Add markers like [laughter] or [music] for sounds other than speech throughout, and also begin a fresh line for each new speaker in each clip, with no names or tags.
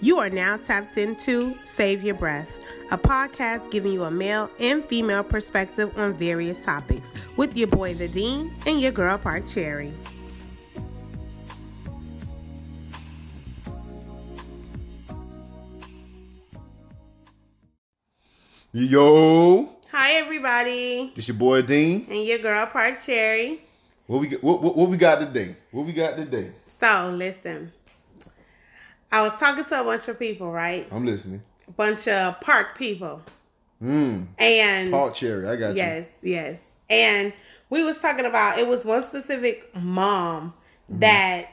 You are now tapped into Save Your Breath, a podcast giving you a male and female perspective on various topics with your boy, the Dean, and your girl, Park Cherry.
Yo,
Hi, everybody,
this your boy Dean.
and your girl, Park Cherry.
What we got- what, what what we got today? What we got today?
So, listen, I was talking to a bunch of people, right?
I'm listening.
bunch of park people.
Mm.
And
Paul Cherry, I got
yes, yes. And we was talking about it was one specific mom that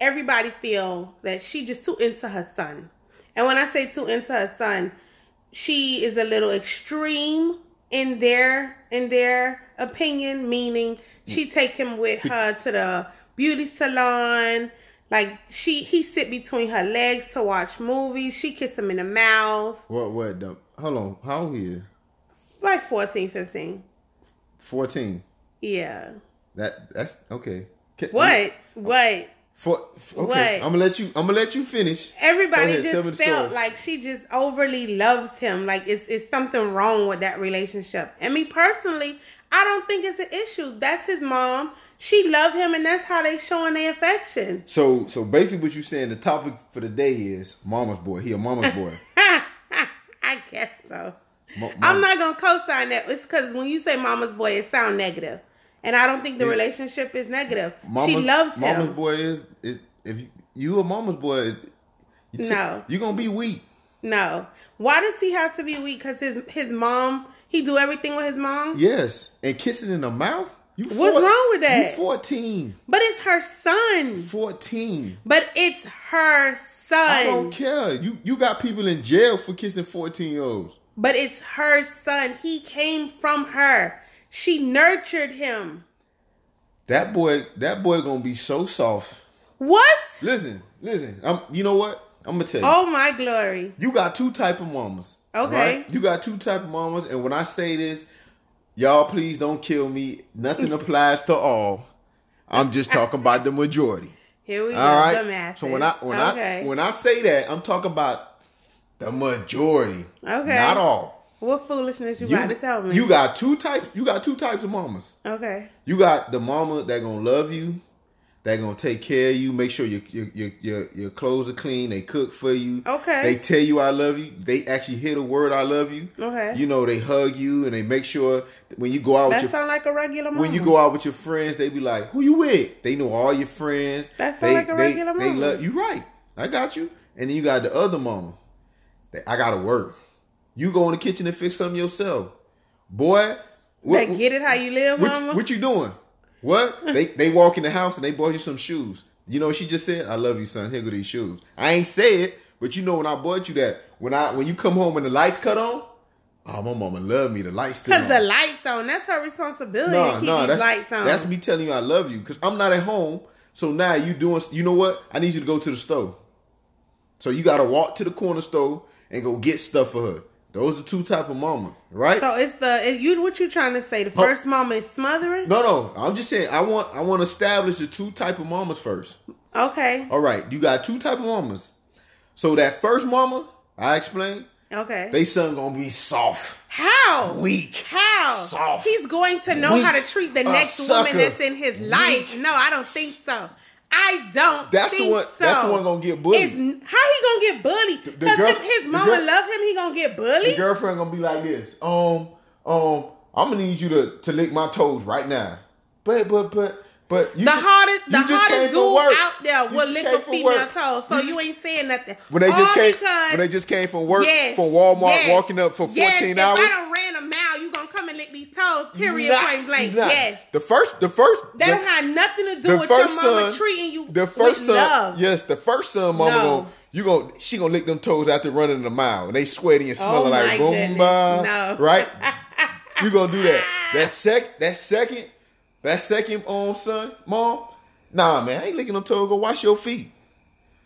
everybody feel that she just too into her son. And when I say too into her son, she is a little extreme in their in their opinion, meaning she take him with her to the beauty salon. Like she he sit between her legs to watch movies. She kiss him in the mouth.
you. What what? The, hold on. How old he is?
Like 14, 15.
Fourteen.
Yeah.
That that's okay. Ca-
What? What?
For, f- okay.
What?
I'm gonna let you. I'm gonna let you finish.
Everybody
Go ahead, tell me
just
the
felt
story.
like she just overly loves him. Like it's it's something wrong with that relationship. And me personally, I don't think it's an issue. That's his mom. She loved him, and that's how they showing their affection. [laughs]
So so basically, what you saying? The topic for the day is Mama's boy. He a Mama's boy.
I guess so.
Ma-
I'm
mama-
not gonna co-sign that. It's because when you say "mama's boy," it sound negative, and I don't think the
Yeah.
relationship is negative. [laughs]
Mama's,
she loves him.
Mama's boy is, is if you, you a Mama's boy. You
No.
You gonna be weak.
No. Why does he have to be weak? Because his his mom, he do everything with his mom.
Yes, and kissing in the mouth. You
What's wrong with that?
You 14.
But it's her son.
14.
But it's her
I
son.
don't care. You you got people in jail for kissing 14 year olds.
But it's her son. He came from her. She nurtured him.
That boy that boy gonna be so soft.
What?
Listen, listen. I'm you know what? I'm gonna tell you.
Oh my glory.
You got two type of mamas.
Okay.
right? You got two type of mamas, and when I say this, y'all please don't kill me.
[laughs]
Nothing applies to all. I'm just talking about the majority.
Here we go.
All right.
Dumbasses.
So when I when
okay.
I when I say that, I'm talking about the majority.
Okay.
Not all.
what foolishness you, about to tell me?
you got two types. You got two types of mamas.
okay.
You got the mama that gonna love you, that gonna take care of you, make sure your your your your, your clothes are clean. They cook for you.
Okay.
They tell you I love you. They actually hear the word I love you.
Okay.
You know they hug you and they make sure that when you go out
That
with your
sound like a regular mom.
when you go out with your friends, they be like, "Who you with?" They know all your friends.
That sound
they,
like a
they,
regular
They
mama.
love you, right? I got you. And then you got the other mama. That I gotta work. You go in the kitchen and fix something yourself, boy. What,
Like, get it how you live,
what,
mama.
what you doing? What they they walk in the house and they bought you some shoes. You know what she just said, "I love you, son. Here go these shoes." I ain't say it, but you know when I bought you that when I when you come home and the lights cut on, oh my mama love me. The lights still
Because
on.
the lights on. That's her responsibility to keep these
that's,
lights on.
That's me telling you I love you because I'm not at home. So now you doing. You know what? I need you to go to the store. So you got to walk to the corner store and go get stuff for her. Those are two type of mama, right?
So it's the it, you what you trying to say? The first mama is smothering.
no, no. I'm just saying. I want. I want to establish the two type of mamas first.
Okay.
All right. You got two type of mamas. So that first mama, I explained.
Okay.
They son gonna be soft,
how?
weak,
How?
soft.
He's going to know
Weak.
how to treat the
A
next woman
sucker.
that's in his life. No, I don't think so. I don't.
That's
think
the one.
So.
That's the one gonna get bullied.
Is- how he gonna get bullied?
the
Because
girl-
if his
the
mama
girl-
love him, he gonna get bullied.
The girlfriend gonna be like this. Um, um, I'm gonna need you to, to lick my toes right now. But but but but you
the
just-
hardest,
you
the
just came
hardest
from
dude
work.
out there
You
will
just
lick
came
a
from
female
work.
toe, so
You
you,
just-
ain't saying nothing.
when they just
All
came
because-
when they just came from work
Yes,
from Walmart
yes,
walking up for 14
yes,
hours.
If I done ran a mile, you gonna come and lick these toes. Period,
Nah,
point blank.
nah.
Yes,
The first the first
that
the,
don't have nothing to
the
do with your mama treating you
The first
with
son
love.
Yes, the first son mama
No.
gonna you gonna she gonna lick them toes after running a mile and they sweaty and smelling
Oh my
like
goodness. No.
rumba.
[laughs]
Right? you gonna do that. That sec that second that second um son, mom, nah man, I ain't licking them toes, go wash your feet.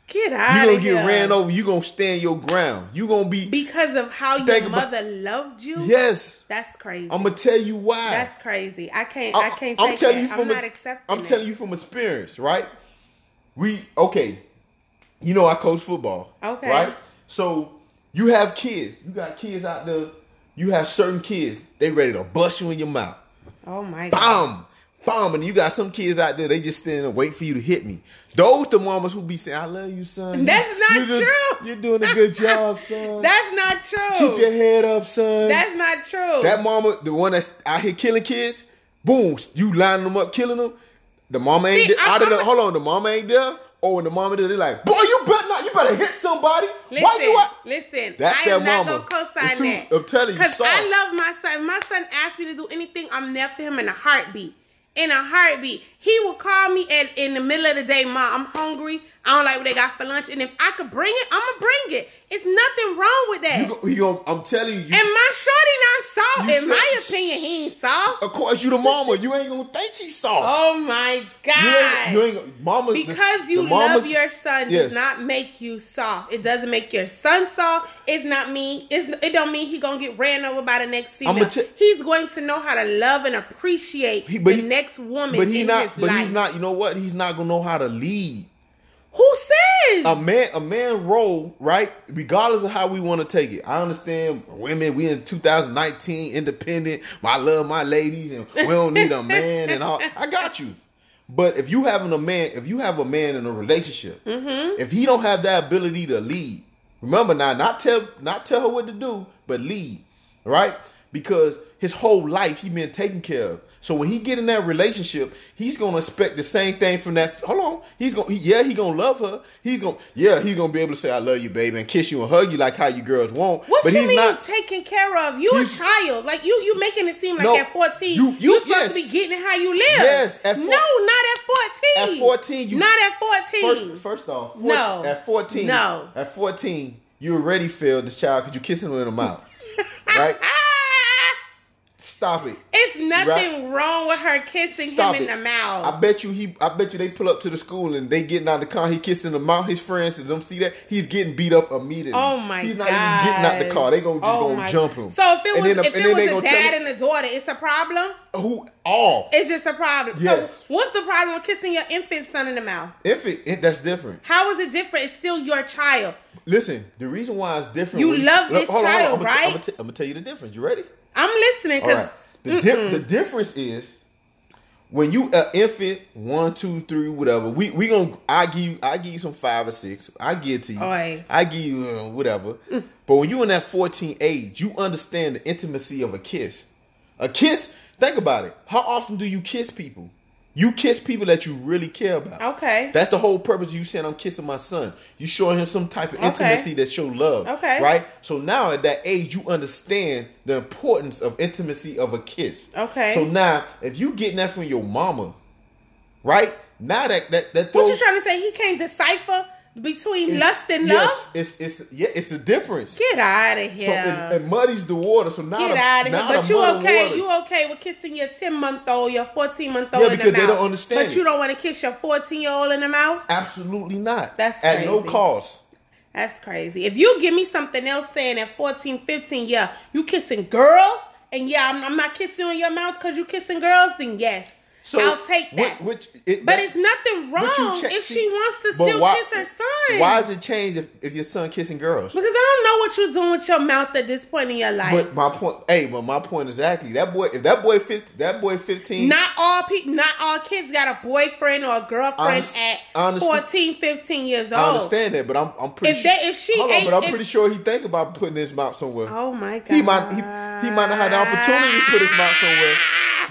Get
You
out.
gonna
of
get
here.
ran over, you gonna stand your ground. You gonna be
because of how your
Think about-
mother loved you.
Yes.
that's crazy.
I'ma tell you why.
that's crazy. I can't. I,
I'm-
can't.
I'm
take
telling
that.
you from
I'm not
ex-
accepting.
I'm telling you from experience, right? We okay. you know I coach football.
Okay.
Right? So you have kids. You got kids out there. You have certain kids. They ready to bust you in your mouth.
Oh my god.
Bomb. Bomb. And you got some kids out there, they just stand there and wait for you to hit me. Those the mamas who be saying, I love you, son.
That's
You-
not
you do-
true.
You're doing a
[laughs]
good job, son.
That's not
Keep your
true.
head up, son.
That's not true.
That mama, the one that's out here killing kids, boom, you lining them up, killing them. The mama ain't
See,
there. out of
I'm-
the, hold on, the mama ain't there. Or when the mama there, they like, boy, you better not, you better hit somebody. Why you out?
Listen,
That's
I am
their
not
mama.
gonna
It's
co-sign
too-
that.
I'm telling you,
because
sauce.
I love my son. If my son asks me to do anything, I'm there for him in a heartbeat. In a heartbeat, he will call me at in the middle of the day, Mom. I'm hungry. I don't like what they got for lunch, and if I could bring it, I'ma bring it. It's nothing wrong with that.
You go, you gon- I'm telling you, you-
and my shorty not soft.
You
In my
said-
opinion, he ain't soft.
of course you the mama. You ain't gonna think he soft.
Oh my god!
you ain't, you ain't gonna- mama. the-
Because you
the mamas-
love your son
Yes.
does not make you soft. It doesn't make your son soft. It's not mean. It's, it don't mean he gonna get ran over by the next
I'ma
female.
te-
He's going to know how to love and appreciate
He- but
the
he-
next woman
But he
in
not.
his
But
life.
he's not. You know what? He's not gonna know how to lead.
Who says?
a man a man role, right? Regardless of how we want to take it. I understand women, we in 2019, independent, I love my ladies, and we don't need a man and all. I got you. But if you having a man, if you have a man in a relationship, if he don't have that ability to lead, remember now, not tell not tell her what to do, but lead, right? Because his whole life he been taken care of. So when he get in that relationship, he's gonna expect the same thing from that. Hold on, he's gonna he- yeah he gonna love her. He's gonna yeah he's gonna be able to say I love you, baby, and kiss you and hug you like how you girls want.
what
but
you
he's
mean
not.
taken care of? You a
He's-
child. Like you you making it seem like
No,
at 14
you-
you,
you-
supposed
yes.
to be getting it how you live.
Yes, at four-
no, not at 14.
At 14, you-
Not at 14.
First, first off, four,
No.
at 14,
No.
at 14, you already failed this child because you kissing him in
[laughs]
the mouth, right?
Ah!
Stop it.
It's nothing wrong with her kissing
Stop
him in
it.
the mouth.
I bet you he. I bet you they pull up to the school and they getting out of the car. He kissing the mouth. His friends and them see that he's getting beat up immediately.
Oh my god!
He's not even getting out the car. They gonna just
Oh
gonna
my-
jump him.
So if it was,
then the-
if it
then
was
they
a
gonna tell
dad
him
and a daughter, it's a problem.
who all
It's just a problem.
Yes.
So what's the problem with kissing your infant son in the mouth?
if it, it that's different.
How is it different? It's still your child.
Listen, the reason why it's different.
You
when
love this child,
I'm gonna
right?
I'm gonna, I'm gonna tell you the difference. You ready?
I'm listening
All
because
right. The, di- the difference is when you an infant, one, two, three, whatever. We we gonna I give you I give you some five or six. I give it to you.
Alright.
I give you uh, whatever.
Mm.
But when you in that fourteen age, you understand the intimacy of a kiss. A kiss. Think about it. How often do you kiss people? You kiss people that you really care about.
Okay.
That's the whole purpose. of You saying I'm kissing my son. You showing him some type of
Okay.
intimacy that show love.
Okay.
Right. So now at that age, you understand the importance of intimacy of a kiss.
Okay.
So now, if you getting that from your mama, right? Now that that that
what
throws-
you trying to say? He can't decipher between
it's-
lust and
yes,
love.
It's it's yeah, it's a difference.
Get out of
So
here.
it, it muddies the water. So now
Get
the,
out of here.
now
But
the
you
muddy
okay?
water-
You okay with kissing your ten month old, your fourteen month old? in
Yeah,
the
because they
mouth.
don't understand
But
it.
you don't want to kiss your fourteen year old in the mouth.
absolutely not.
That's
at no
crazy.
cost.
That's crazy. If you give me something else saying at 14, 15, yeah, you kissing girls, and yeah, I'm, I'm not kissing you in your mouth because you kissing girls, then yes,
So
I'll take
whi-
that.
Which, it,
but
that's-
it's nothing wrong
But you check-
if
see,
she wants to
but
still
why-
kiss her son.
Why does it change if, if your son kissing girls?
Because I don't know what you're doing with your mouth at this point in your life.
But my point, hey, but my point exactly. That boy, if that boy, 50, that boy fifteen,
not all people, not all kids got a boyfriend or a girlfriend
Honest-
at
honest-
14, 15 years old.
I understand that. But I'm, I'm pretty
If
sure.
they- if she
hold on,
ain't-
but I'm
if-
pretty sure he think about putting his mouth somewhere.
Oh my god.
he might, he, he might not have the opportunity to put his mouth somewhere.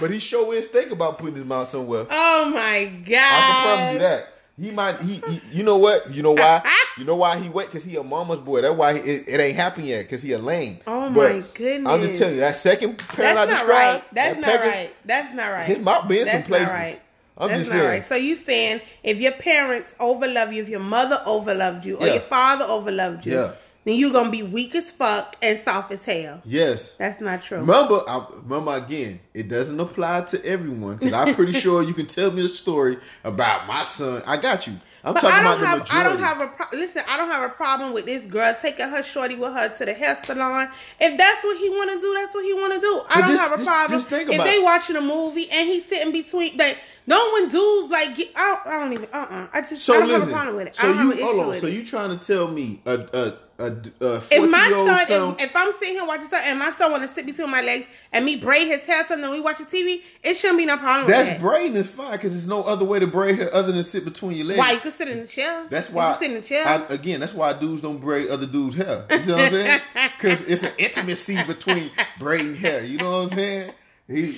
But he sure is think about putting his mouth somewhere.
Oh my god.
I can promise you that. He might, he, he, you know what? You know why?
[laughs]
You know why he wet? Cause he a mama's boy. That's why it, it ain't happened yet. Cause he a lame.
Oh my
I'm just
goodness.
telling you that second parent
That's
I
not
described.
right. That's
that
not
pecker-
right. That's not right.
His mouth been in some
That's
places.
Not right.
I'm
That's
just
not
saying.
right. So you saying if your parents overlove you, if your mother overloved you, or
Yeah.
your father overloved you,
Yeah.
then you're gonna be weak as fuck and soft as hell.
Yes.
That's not true.
Remember, I, remember again. It doesn't
[laughs]
apply to everyone because I'm pretty sure you can tell me a story about my son. I got you. I'm
But
talking
I don't
about the
have
majority.
I don't have a pro- listen. I don't have a problem with this girl taking her shorty with her to the hair salon. If that's what he want to do, that's what he want to do. I
But
don't
just-
have a
just-
problem.
just think
if
about
they
it.
watching a movie and he's sitting between, like no when dudes like get, I, don't, I don't even uh uh I just
so
I don't
listen,
have a problem with it.
so
I don't
you
have an issue
hold on.
with
So
it.
you trying to tell me a a a, a 40
If my
year old
son,
son,
if, if I'm sitting here watching something and my son want to sit between my legs and me braid his hair something, we watching TV, it shouldn't be no problem.
that's
with that.
braiding is fine because there's no other way to braid her other than sit between your legs.
Why you could sit in the chair?
That's
You
why
could sit in the chair.
I- again, that's why dudes don't braid other dudes' hair. You know what
[laughs]
I'm saying? Because it's an intimacy between braiding hair. You know what I'm saying?
you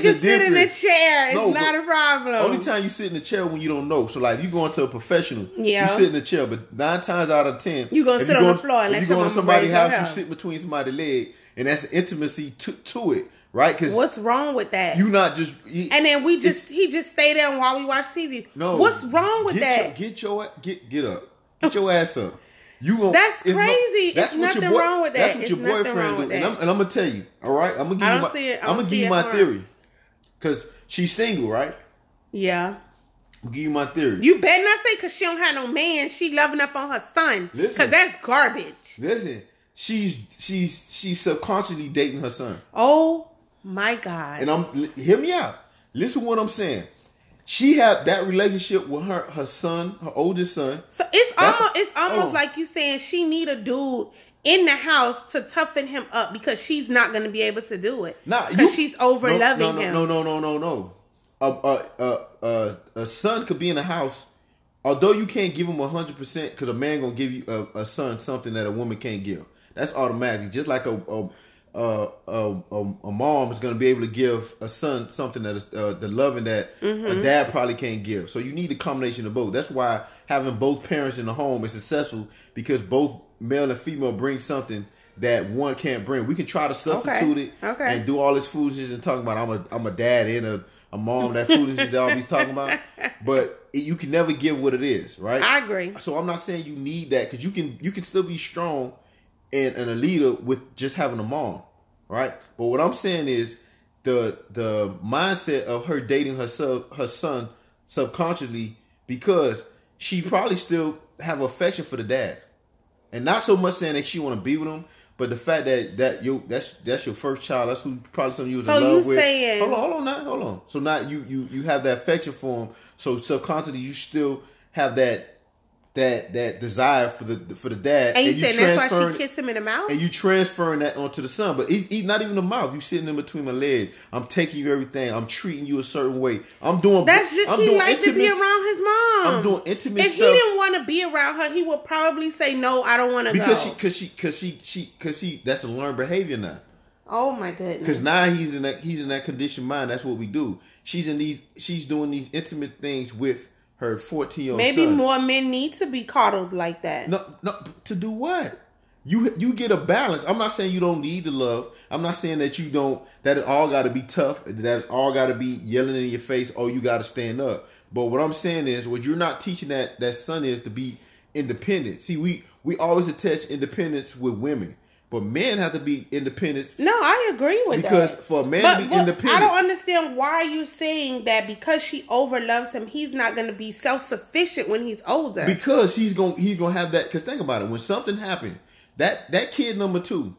can sit in the chair. It's
No,
not
but
a problem.
Only time you sit in the chair when you don't know. So like, if you go into a professional,
Yeah.
you sit in the chair. But nine times out of ten,
You gonna
if
sit on
go-
the floor and
if
let your
you go
mama
to somebody's
braid your
house,
hair.
you sit between somebody's leg, and that's the intimacy to, to it, right? Because
What's wrong with that?
you not just you,
and then we just he just stay there while we watch TV.
no.
what's wrong with
get
that?
Your, get your a- get get up, get your ass up. You gonna,
That's
it's no-
crazy.
that's
It's
what your
nothing
boy,
wrong with
That's
that.
what
It's
your
nothing
boyfriend
wrong with
do, and
that.
I'm, and I'm gonna tell you. All right, I'm gonna give
I
you
don't
my,
see it. I
I'm
don't
gonna give
see
you
it
my
hard.
theory, because she's single, right?
yeah.
I'm gonna give you my theory.
You better not say because she don't have no man. She loving up on her son. Because
Listen.
that's garbage.
Listen, she's she's she's subconsciously dating her son.
Oh my God.
And I'm l- hear me out. Listen to what I'm saying. She had that relationship with her her son, her oldest son.
So it's
That's a-
almost it's almost
oh.
like you saying she need a dude in the house to toughen him up because she's not gonna be able to do it.
Nah, you
because she's over
no,
loving
no, no,
him.
No, no, no, no, no. A a a a, a son could be in the house. Although you can't give him hundred percent, because a man gonna give you a, a son something that a woman can't give. That's automatically. Just like a a a, a, a, a mom is gonna be able to give a son something that is uh, the loving that
Mm-hmm.
a dad probably can't give. So you need a combination of both. That's why having both parents in the home is successful because both male and female bring something that one can't bring. We can try to substitute it
Okay.
and do all this foolishness and talking about I'm a I'm a dad and a, a mom that foolishness they always talking about, but it, you can never give what it is, right?
I agree.
So I'm not saying you need that because you can you can still be strong and, and a leader with just having a mom, right? But what I'm saying is the the mindset of her dating her sub, her son subconsciously because she probably still have affection for the dad, and not so much saying that she want to be with him. But the fact that that you that's that's your first child, that's who probably something you was
So
in
you
love with.
saying-
hold on, hold on, now, hold on. So now you you you have that affection for him. So subconsciously you still have that that that desire for the for the dad,
And you saying that's why
transferring-
she kissed him in the mouth?
and you transferring that onto the son. But he's, he's not even the mouth. You sitting in between my leg. I'm taking you everything. I'm treating you a certain way. I'm doing.
that's just
I'm
he
doing
liked to be
intimate-
around his mom.
I'm doing intimate
If he
stuff.
didn't want to be around her, he would probably say no. I don't want to go.
because she, because she, because she, she, because she. That's a learned behavior now.
oh my goodness.
Because now he's in that he's in that conditioned mind. That's what we do. She's in these. She's doing these intimate things with her fourteen year old.
Maybe more men need to be coddled like that.
No, no. To do what? You you get a balance. I'm not saying you don't need the love. I'm not saying that you don't. That it all got to be tough. That it all got to be yelling in your face. Oh, you got to stand up. But what I'm saying is, what you're not teaching that that son is to be independent. See, we we always attach independence with women, but men have to be independent
No, I agree with
because
that.
for a man
But
to be
what- I
independent,
don't understand why you're saying that because she overloves him, he's not going to be self sufficient when he's older.
because he's gonna he's gonna have that. Because think about it, when something happened, that that kid number two,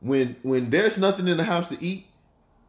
when when there's nothing in the house to eat,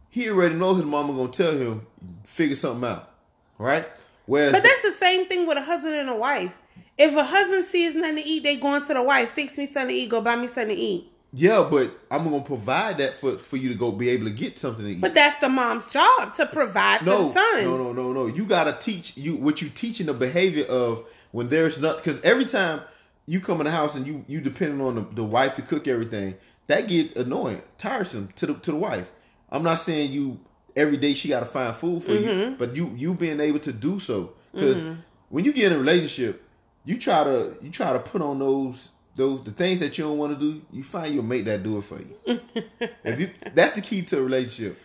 he already knows his mama gonna tell him figure something out, right? Whereas
but that's the same thing with a husband and a wife. If a husband sees nothing to eat, they going to the wife, fix me something to eat, go buy me something to eat.
yeah, but I'm gonna provide that for for you to go be able to get something to eat.
But that's the mom's job to provide for
no,
the son.
no, no, no, no. You gotta teach you what you teaching the behavior of when there's nothing. Because every time you come in the house and you you depending on the, the wife to cook everything, that get annoying, tiresome to the to the wife. I'm not saying you every day she gotta find food for
Mm-hmm.
you, but you you being able to do so because when you get in a relationship, you try to you try to put on those. Those, the things that you don't want to do, you find your mate that do it for you. if you, that's the key to a relationship.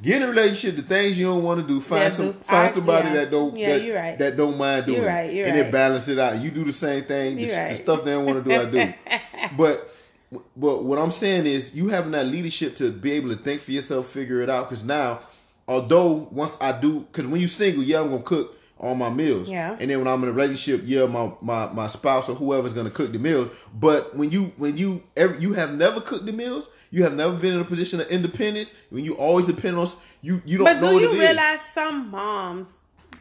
Get in a relationship, the things you don't want to do, find
Yeah,
some
but
find
I-
somebody
yeah.
that don't
Yeah,
that,
you're right.
that don't mind doing
You're
it.
right, you're
and
right.
it balance it out. You do the same thing, the,
You're
sh- the
right.
stuff they don't want to do, I do. but but what I'm saying is you having that leadership to be able to think for yourself, figure it out. Cause now, although once I do, cause when you single, yeah, I'm gonna cook. on my meals.
Yeah.
And then when I'm in a relationship, yeah, my my, my spouse or whoever's gonna cook the meals. But when you when you ever you have never cooked the meals, you have never been in a position of independence. When you always depend on s- you, you don't
But
know
do
what
you
it is.
realize some moms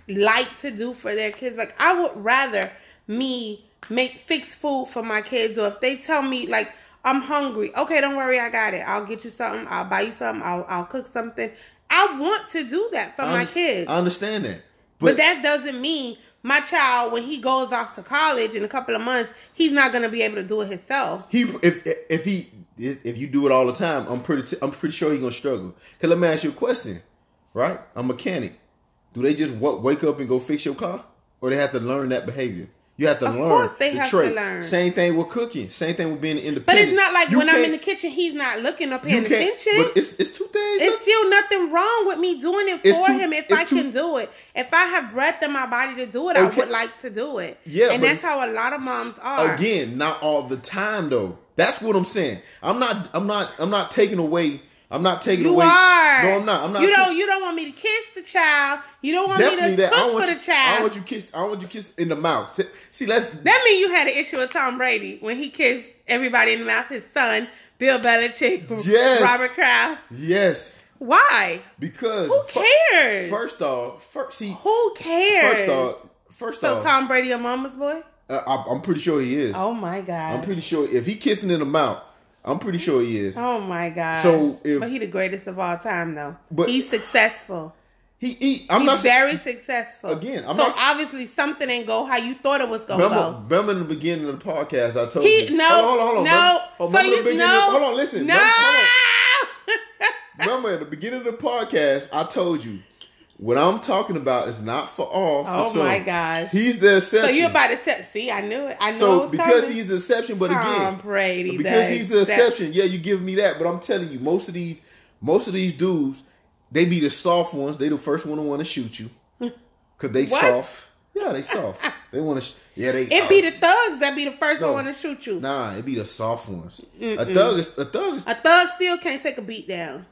like to do for their kids? Like I would rather me make fix food for my kids, or if they tell me like I'm hungry, okay, don't worry, I got it. I'll get you something. I'll buy you something. I'll I'll cook something. I want to do that for
I
my
under-
kids,
I understand that,
but, that doesn't mean my child when he goes off to college in a couple of months, he's not gonna be able to do it himself.
he if if he if you do it all the time, I'm pretty t- I'm pretty sure he's gonna struggle. Cause let me ask you a question, right? A mechanic, do they just w- wake up and go fix your car, or they have to learn that behavior? You have to
Of
learn.
course they
the
have to
trait.
learn.
Same thing with cooking. Same thing with being independent.
But it's not like
You
when I'm in the
can't-
kitchen, he's not looking or
you
paying
can't-
attention.
But it's it's two things.
It's still nothing wrong with me doing it
It's
for
too-
him if
it's
I
too-
can do it. If I have breath in my body to do it, I
Okay.
would like to do it.
Yeah,
and
but-
that's how a lot of moms are.
Again, not all the time though. That's what I'm saying. I'm not. I'm not. I'm not taking away. I'm not taking
you
away.
are.
No, I'm not. I'm not.
You
taking-
don't. You don't want me to kiss the child. You don't want me
Definitely
to
that. I don't
cook
want
for
you.
the
I don't
child.
want you kiss. I don't want you kiss in the mouth. See- See, that's
That means you had an issue with Tom Brady when he kissed everybody in the mouth. His son, Bill Belichick,
Yes.
Robert Kraft.
yes
Why?
because
Who
fir-
cares?
First off, first see.
Who cares?
First off, first
so
off,
Tom Brady, a mama's boy?
uh, I- I'm pretty sure he is.
Oh my god!
I'm pretty sure if he kissing in the mouth, I'm pretty sure he is.
Oh my god!
So if-
but he the greatest of all time though.
But-
he's successful.
He, he I'm
He's
not saying-
very successful.
Again, I'm
so
not-
obviously something didn't go how you thought it was gonna
Remember,
go.
remember in the beginning of the podcast, I told
He
you.
no,
hold on, hold on, hold on.
no.
Remember, oh,
so
remember the
you
beginning
know,
of- hold on, listen.
no.
Remember, hold on. Remember at the beginning of the podcast, I told you what I'm talking about is not for all. For
[laughs] Oh
some.
my gosh.
he's the exception.
so you about to tell? See, I knew it. I knew
So
it was
because
coming.
he's the exception, but
Tom
again,
Brady,
because
the
he's the
exception.
exception, yeah, you give me that. But I'm telling you, most of these, most of these dudes, they be the soft ones. They the first one to want to
[laughs]
shoot you because they
What?
soft. Yeah,
[laughs]
they soft. they want to. Sh- yeah, they.
it be the thugs that be the first
No.
one to shoot you.
Nah, it be the soft ones. A thug is a thug is
A thug still can't take a beat down.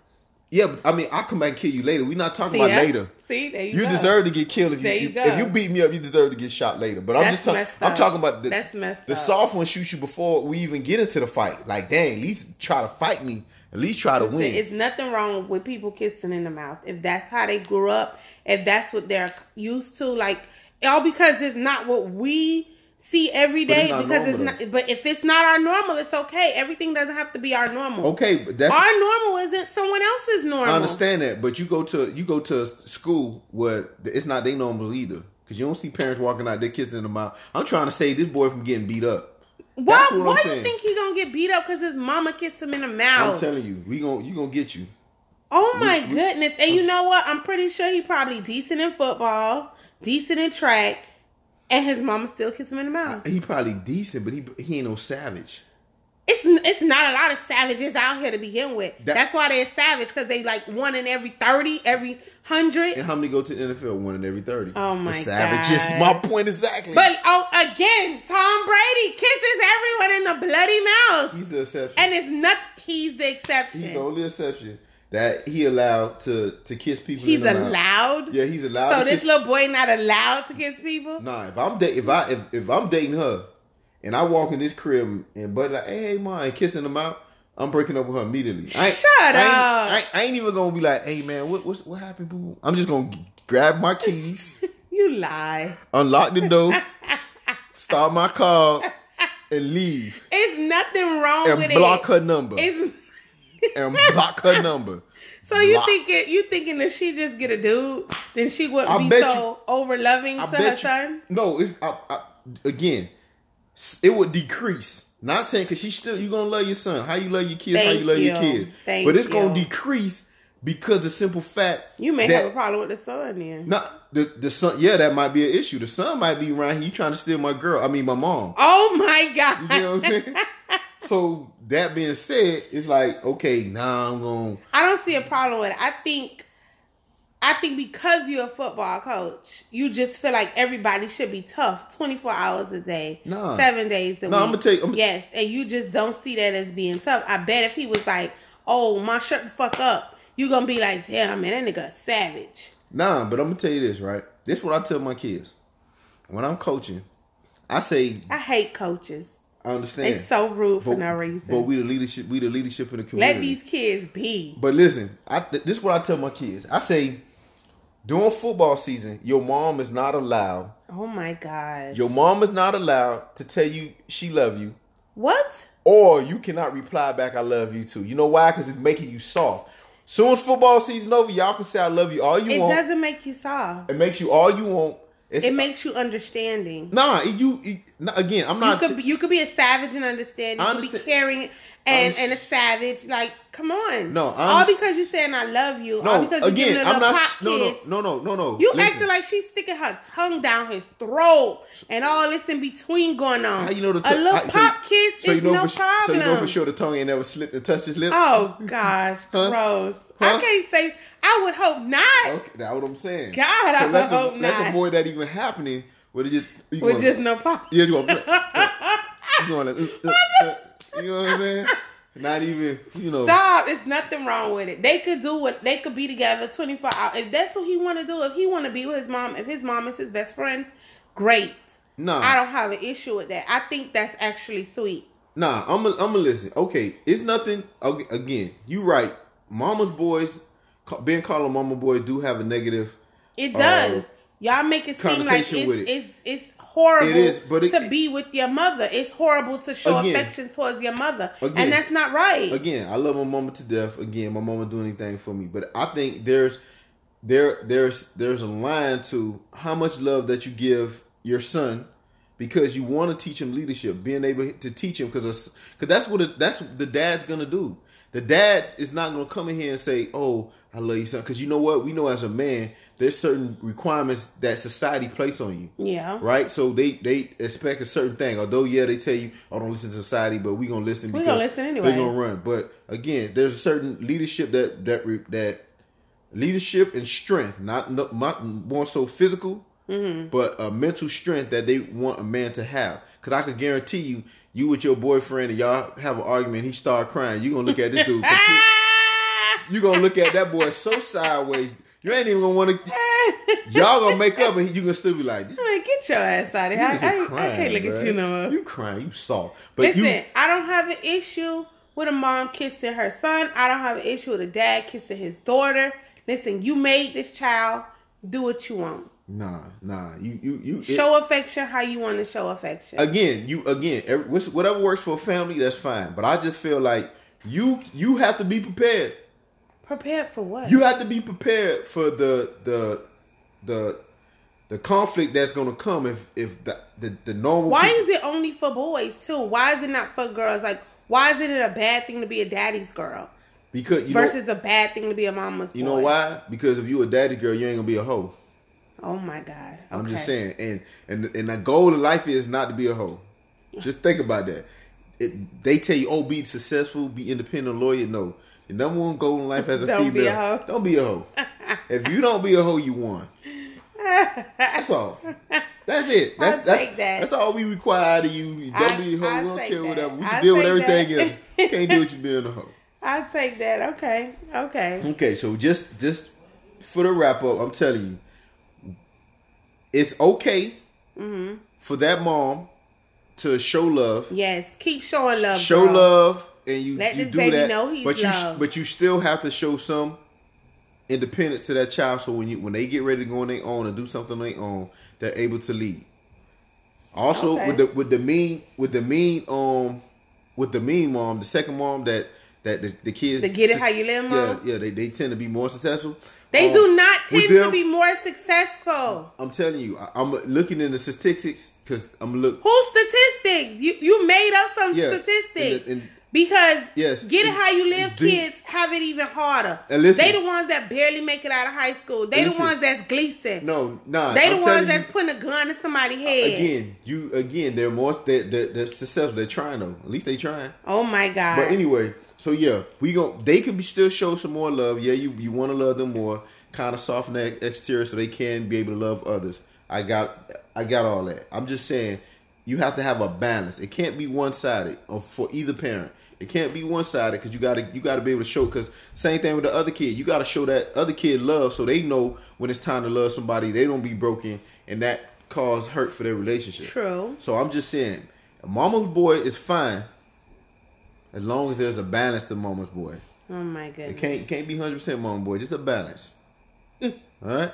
yeah. But, I mean, I will come back and kill you later. We're not talking
See
about
that?
later.
See, there you,
You
go.
deserve to get killed if you,
There you
if-
go.
if you beat me up. You deserve to get shot later. But I'm
That's
just talking.
messed
I'm
up.
talking about the
That's messed
the
up.
soft one shoots you before we even get into the fight. Like, dang, at least try to fight me. At least try to win.
It's nothing wrong with people kissing in the mouth. If that's how they grew up, if that's what they're used to, like all because it's not what we see every
But it's
day.
not
because it's
normal, though.
not. But if it's not our normal, it's okay. Everything doesn't have to be our normal.
okay, but that's
Our normal isn't someone else's normal.
I understand that. But you go to you go to a s- school where th- it's not they normal either. Cause you don't see parents walking out their kids in the mouth. I'm trying to save this boy from getting beat up.
Why?
That's what
why
I'm
you
saying.
think he gonna get beat up because his mama kissed him in the mouth?
I'm telling you, we gon' you gonna get you.
Oh my
we-
goodness. And you know what? I'm pretty sure he probably decent in football, decent in track, and his mama still kissed him in the mouth.
He probably decent, but he he ain't no savage.
It's it's not a lot of savages out here to begin with.
That-
That's why they're savage because they like one in every thirty, every
And
hundred.
how many go to the NFL? One in every thirty.
Oh my
the savages.
God.
My point exactly.
But oh, again, Tom Brady kisses everyone in the bloody mouth,
he's the exception.
and it's not. He's the
he's the
exception.
only exception that he allowed to to kiss people.
He's
in the mouth.
allowed.
Yeah, he's allowed.
So
to
this
kiss-
little boy not allowed to kiss people.
Nah, if I'm da- if I if, if I'm dating her, and I walk in this crib and buddy like, hey, hey, ma, and kissing them out, I'm breaking up with her immediately. I ain't-
Shut
I ain't,
up.
I ain't, I ain't even gonna be like, hey, man, what what's, what happened, boo? I'm just gonna grab my keys,
You lie.
unlock
[laughs]
the door, start my car, and leave,
It's nothing wrong with
and block
it.
her number,
It's,
and block her number.
[laughs] so you
Block.
thinking you thinking if she just get a dude, then she would
I
be
bet
so over loving to
I
her
bet you,
son?
No, it, I, I, again, s- it would decrease. Not saying because she still you gonna love your son. How you love your kids? how
Thank
you love your
you.
kids?
Thank
but it's gonna
you.
decrease because the simple fact
You may
that,
have a problem with the son then.
Not the the son. Yeah, that might be an issue. The son might be around here. You trying to steal my girl? I mean, my mom.
Oh my god.
You know what I'm
[laughs]
saying? so that being said, it's like okay, now I'm gonna.
I don't see a problem with it. I think I think because you're a football coach, you just feel like everybody should be tough 24 hours a day,
Nah.
seven days a week.
No, I'ma tell you- I'ma-
yes, and you just don't see that as being tough. I bet if he was like, "Oh, my, shut the fuck up," you gonna be like, "Damn, man, that nigga a savage."
Nah, but I'm gonna tell you this, right? This what I tell my kids. When I'm coaching, I say
I hate coaches.
I understand.
They so rude for
but,
no reason.
but we the leadership. We the leadership in the community.
Let these kids be.
But listen, I th- this is what I tell my kids. I say, during football season, your mom is not allowed.
Oh my god.
Your mom is not allowed to tell you she love you,
what?
or you cannot reply back I love you too. You know why? Because it's making you soft. Soon as football season over, y'all can say I love you all you
It
want.
doesn't make you soft.
It makes you all you want. It's,
It makes you understanding.
nah. it- You it, nah, again. I'm
You
not.
could be, you could be a savage and understanding.
I
You could be
understand-
caring and,
I
and a savage. Like, come on.
No, I
all
underst-
because you saying I love you. all
no,
because you giving
again,
it
I'm
a
not.
pop
No, no,
kiss.
no, no, no, no.
You
Listen.
acting like she's sticking her tongue down his throat and all this in between going on.
How you know the
a
tongue-
little
how- so-
pop kiss
so
is
you know
no
for, su-
problem.
So you know for sure the tongue ain't never slipped and touched his lips. [laughs]
Oh gosh,
Huh?
gross.
Huh? Oh,
I can't say. I would hope not.
Okay, that's what I'm saying.
God, I would
let's,
hope
let's
not.
avoid that even happening. With just, you
With
gonna-
just no pop.
yeah, you
[laughs]
gonna, you gonna, you know what I'm saying? Not even, you know.
Stop. It's nothing wrong with it. They could do what they could be together twenty four hours. If that's what he want to do, if he want to be with his mom, if his mom is his best friend, great.
Nah,
I don't have an issue with that. I think that's actually sweet.
Nah, I'm gonna I'm listen. Okay, it's nothing. Okay, again, you right. Mama's boys, ca- being called a mama boy, do have a negative.
It
Uh,
does. Y'all make it seem like it's,
connotation with it.
it's it's horrible
It is, but it-
to be with your mother. It's horrible to show
Again.
affection towards your mother,
Again.
and that's not right.
Again, I love my mama to death. Again, my mama do anything for me, but I think there's there there's there's a line to how much love that you give your son because you want to teach him leadership, being able to teach him because because that's what it, that's what the dad's gonna do. The dad is not gonna come in here and say, "Oh, I love you, son," because you know what? We know as a man, there's certain requirements that society place on you
Yeah,
right? So they they expect a certain thing. Although yeah, they tell you, "I don't listen to society," but we gonna listen.
We
because
gonna listen anyway.
They gonna run. But again, there's a certain leadership that that re- that leadership and strength, not no- not more so physical,
Mm-hmm.
but a mental strength that they want a man to have. Cause I can guarantee you, you with your boyfriend and y'all have an argument, he start crying. You gonna look at
[laughs]
this dude. complete-
Ah!
you gonna look at that boy so sideways. You ain't even gonna want to. Y'all gonna make up, and you gonna still be like, "This
Man, get your ass out of here! I,
you just
I, I
crying,
can't look
bruh.
at you no more.
You crying, you soft. But
Listen,
you
I don't have an issue with a mom kissing her son. I don't have an issue with a dad kissing his daughter. Listen, you made this child. Do what you want.
nah, nah. You you you it-
Show affection how you want to show affection.
again. You again. every- which- Whatever works for a family, that's fine. But I just feel like you you have to be prepared.
Prepared for what?
You have to be prepared for the the the the conflict that's gonna come if if the the, the normal.
Why
people-
is it only for boys too? Why is it not for girls? Like, why is it a bad thing to be a daddy's girl
because you know
versus a bad thing to be a mama's?
you know
boy?
why? Because if you a daddy girl, you ain't gonna be a hoe.
Oh my god!
I'm just
Okay.
saying, and and and the goal of life is not to be a hoe. Just think about that. It, they tell you, oh, be successful, be independent, lawyer. No, the number one goal in life as a
Don't
female,
be a hoe.
don't be a
[laughs]
hoe. if you don't be a hoe, you won. That's all. That's
[laughs]
it. That's
I'll
that's
take that.
that's all we require out of you. Don't
I-
be a hoe.
I'll
we don't
take
care whatever. We
that.
can
I'll
deal with
take
everything
that.
else. We can't deal with you being a hoe.
I take that. Okay. Okay.
Okay, so just just for the wrap up, I'm telling you, it's okay for that mom to show love,
Yes. Keep showing love.
show
girl.
love, and you
Let
you
this
do
baby
that.
know he's
but you
loved.
but you still have to show some independence to that child. So when you when they get ready to go on their own and do something on their own, they're able to lead. Also,
Okay.
with the with the mean with the mean um with the mean mom, the second mom that that the, the kids
The get it how you live mom?
Yeah, yeah, they, they tend to be more successful.
They
Um,
do not
with
tend to
them-
be more successful.
I'm telling you, I, I'm looking in the statistics because I'm look.
Who statistics? You you made up some
Yeah, and
statistics
the- and-
because
Yes,
get it
and-
how you live.
do-
kids have it even harder.
And listen-
they the ones that barely make it out of high school. They
Listen.
the ones that's Gleason.
No, nah.
they the
I'm telling
ones that's
you, Uh,
putting a gun to somebody's head.
again. You again. They're more. They're, they're, they're successful. They're trying though. At least they trying.
Oh my god!
But anyway, so yeah, we gon' they could be still show some more love. Yeah, you you want to love them more, kind of soften their exterior so they can be able to love others. I got I got all that. I'm just saying, you have to have a balance. It can't be one sided for either parent. It can't be one sided because you gotta you gotta be able to show. Because same thing with the other kid, you gotta show that other kid love so they know when it's time to love somebody, they don't be broken and that cause hurt for their relationship.
True.
So I'm just saying, mama's boy is fine as long as there's a balance to mama's boy.
Oh my
It
goodness.
can't it can't be hundred percent mama's boy. Just a balance.
Mm.
All right,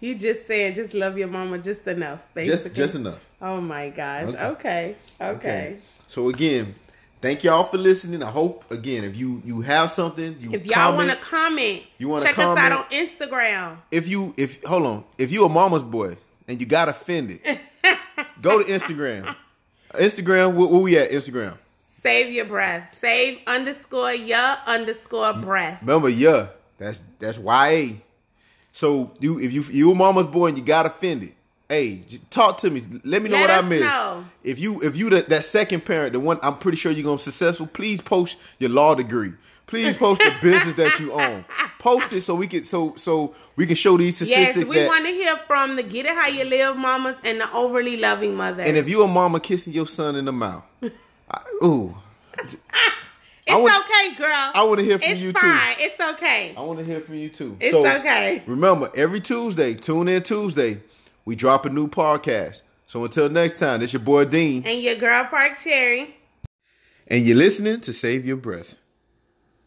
You just saying just love your mama just enough, basically.
just just enough.
oh my gosh.
Okay.
Okay. Okay.
So again, thank y'all for listening. I hope again if you you have something you
If y'all want to
comment,
comment,
You wanna
check us
comment?
out on Instagram.
if you if hold on if you a mama's boy and you
[laughs]
got offended, go to Instagram. Instagram, where, where we at? Instagram.
Save your breath. Save underscore your underscore breath.
Remember, yeah, that's that's YA. So you, if you you a mama's boy and you got offended, hey, j- talk to me. Let me know
Let
what I
us
missed.
know.
If you if you the, that second parent, the one I'm pretty sure you're gonna be successful. Please post your law degree. Please post the business that
[laughs]
you own. Post it so we can so so we can show these
Yes,
statistics
we
that.
want to hear from the get it how you live mamas and the overly loving mother.
and if you a mama kissing your son in the mouth, I, ooh,
it's
want-
okay, girl.
I want to hear from
it's
you too. Oh.
fine. It's okay.
I want to hear from you too.
It's okay.
Remember, every Tuesday, tune in Tuesday, we drop a new podcast. So until next time, it's your boy Dean,
And your girl Park Cherry.
and you're listening to Save Your Breath.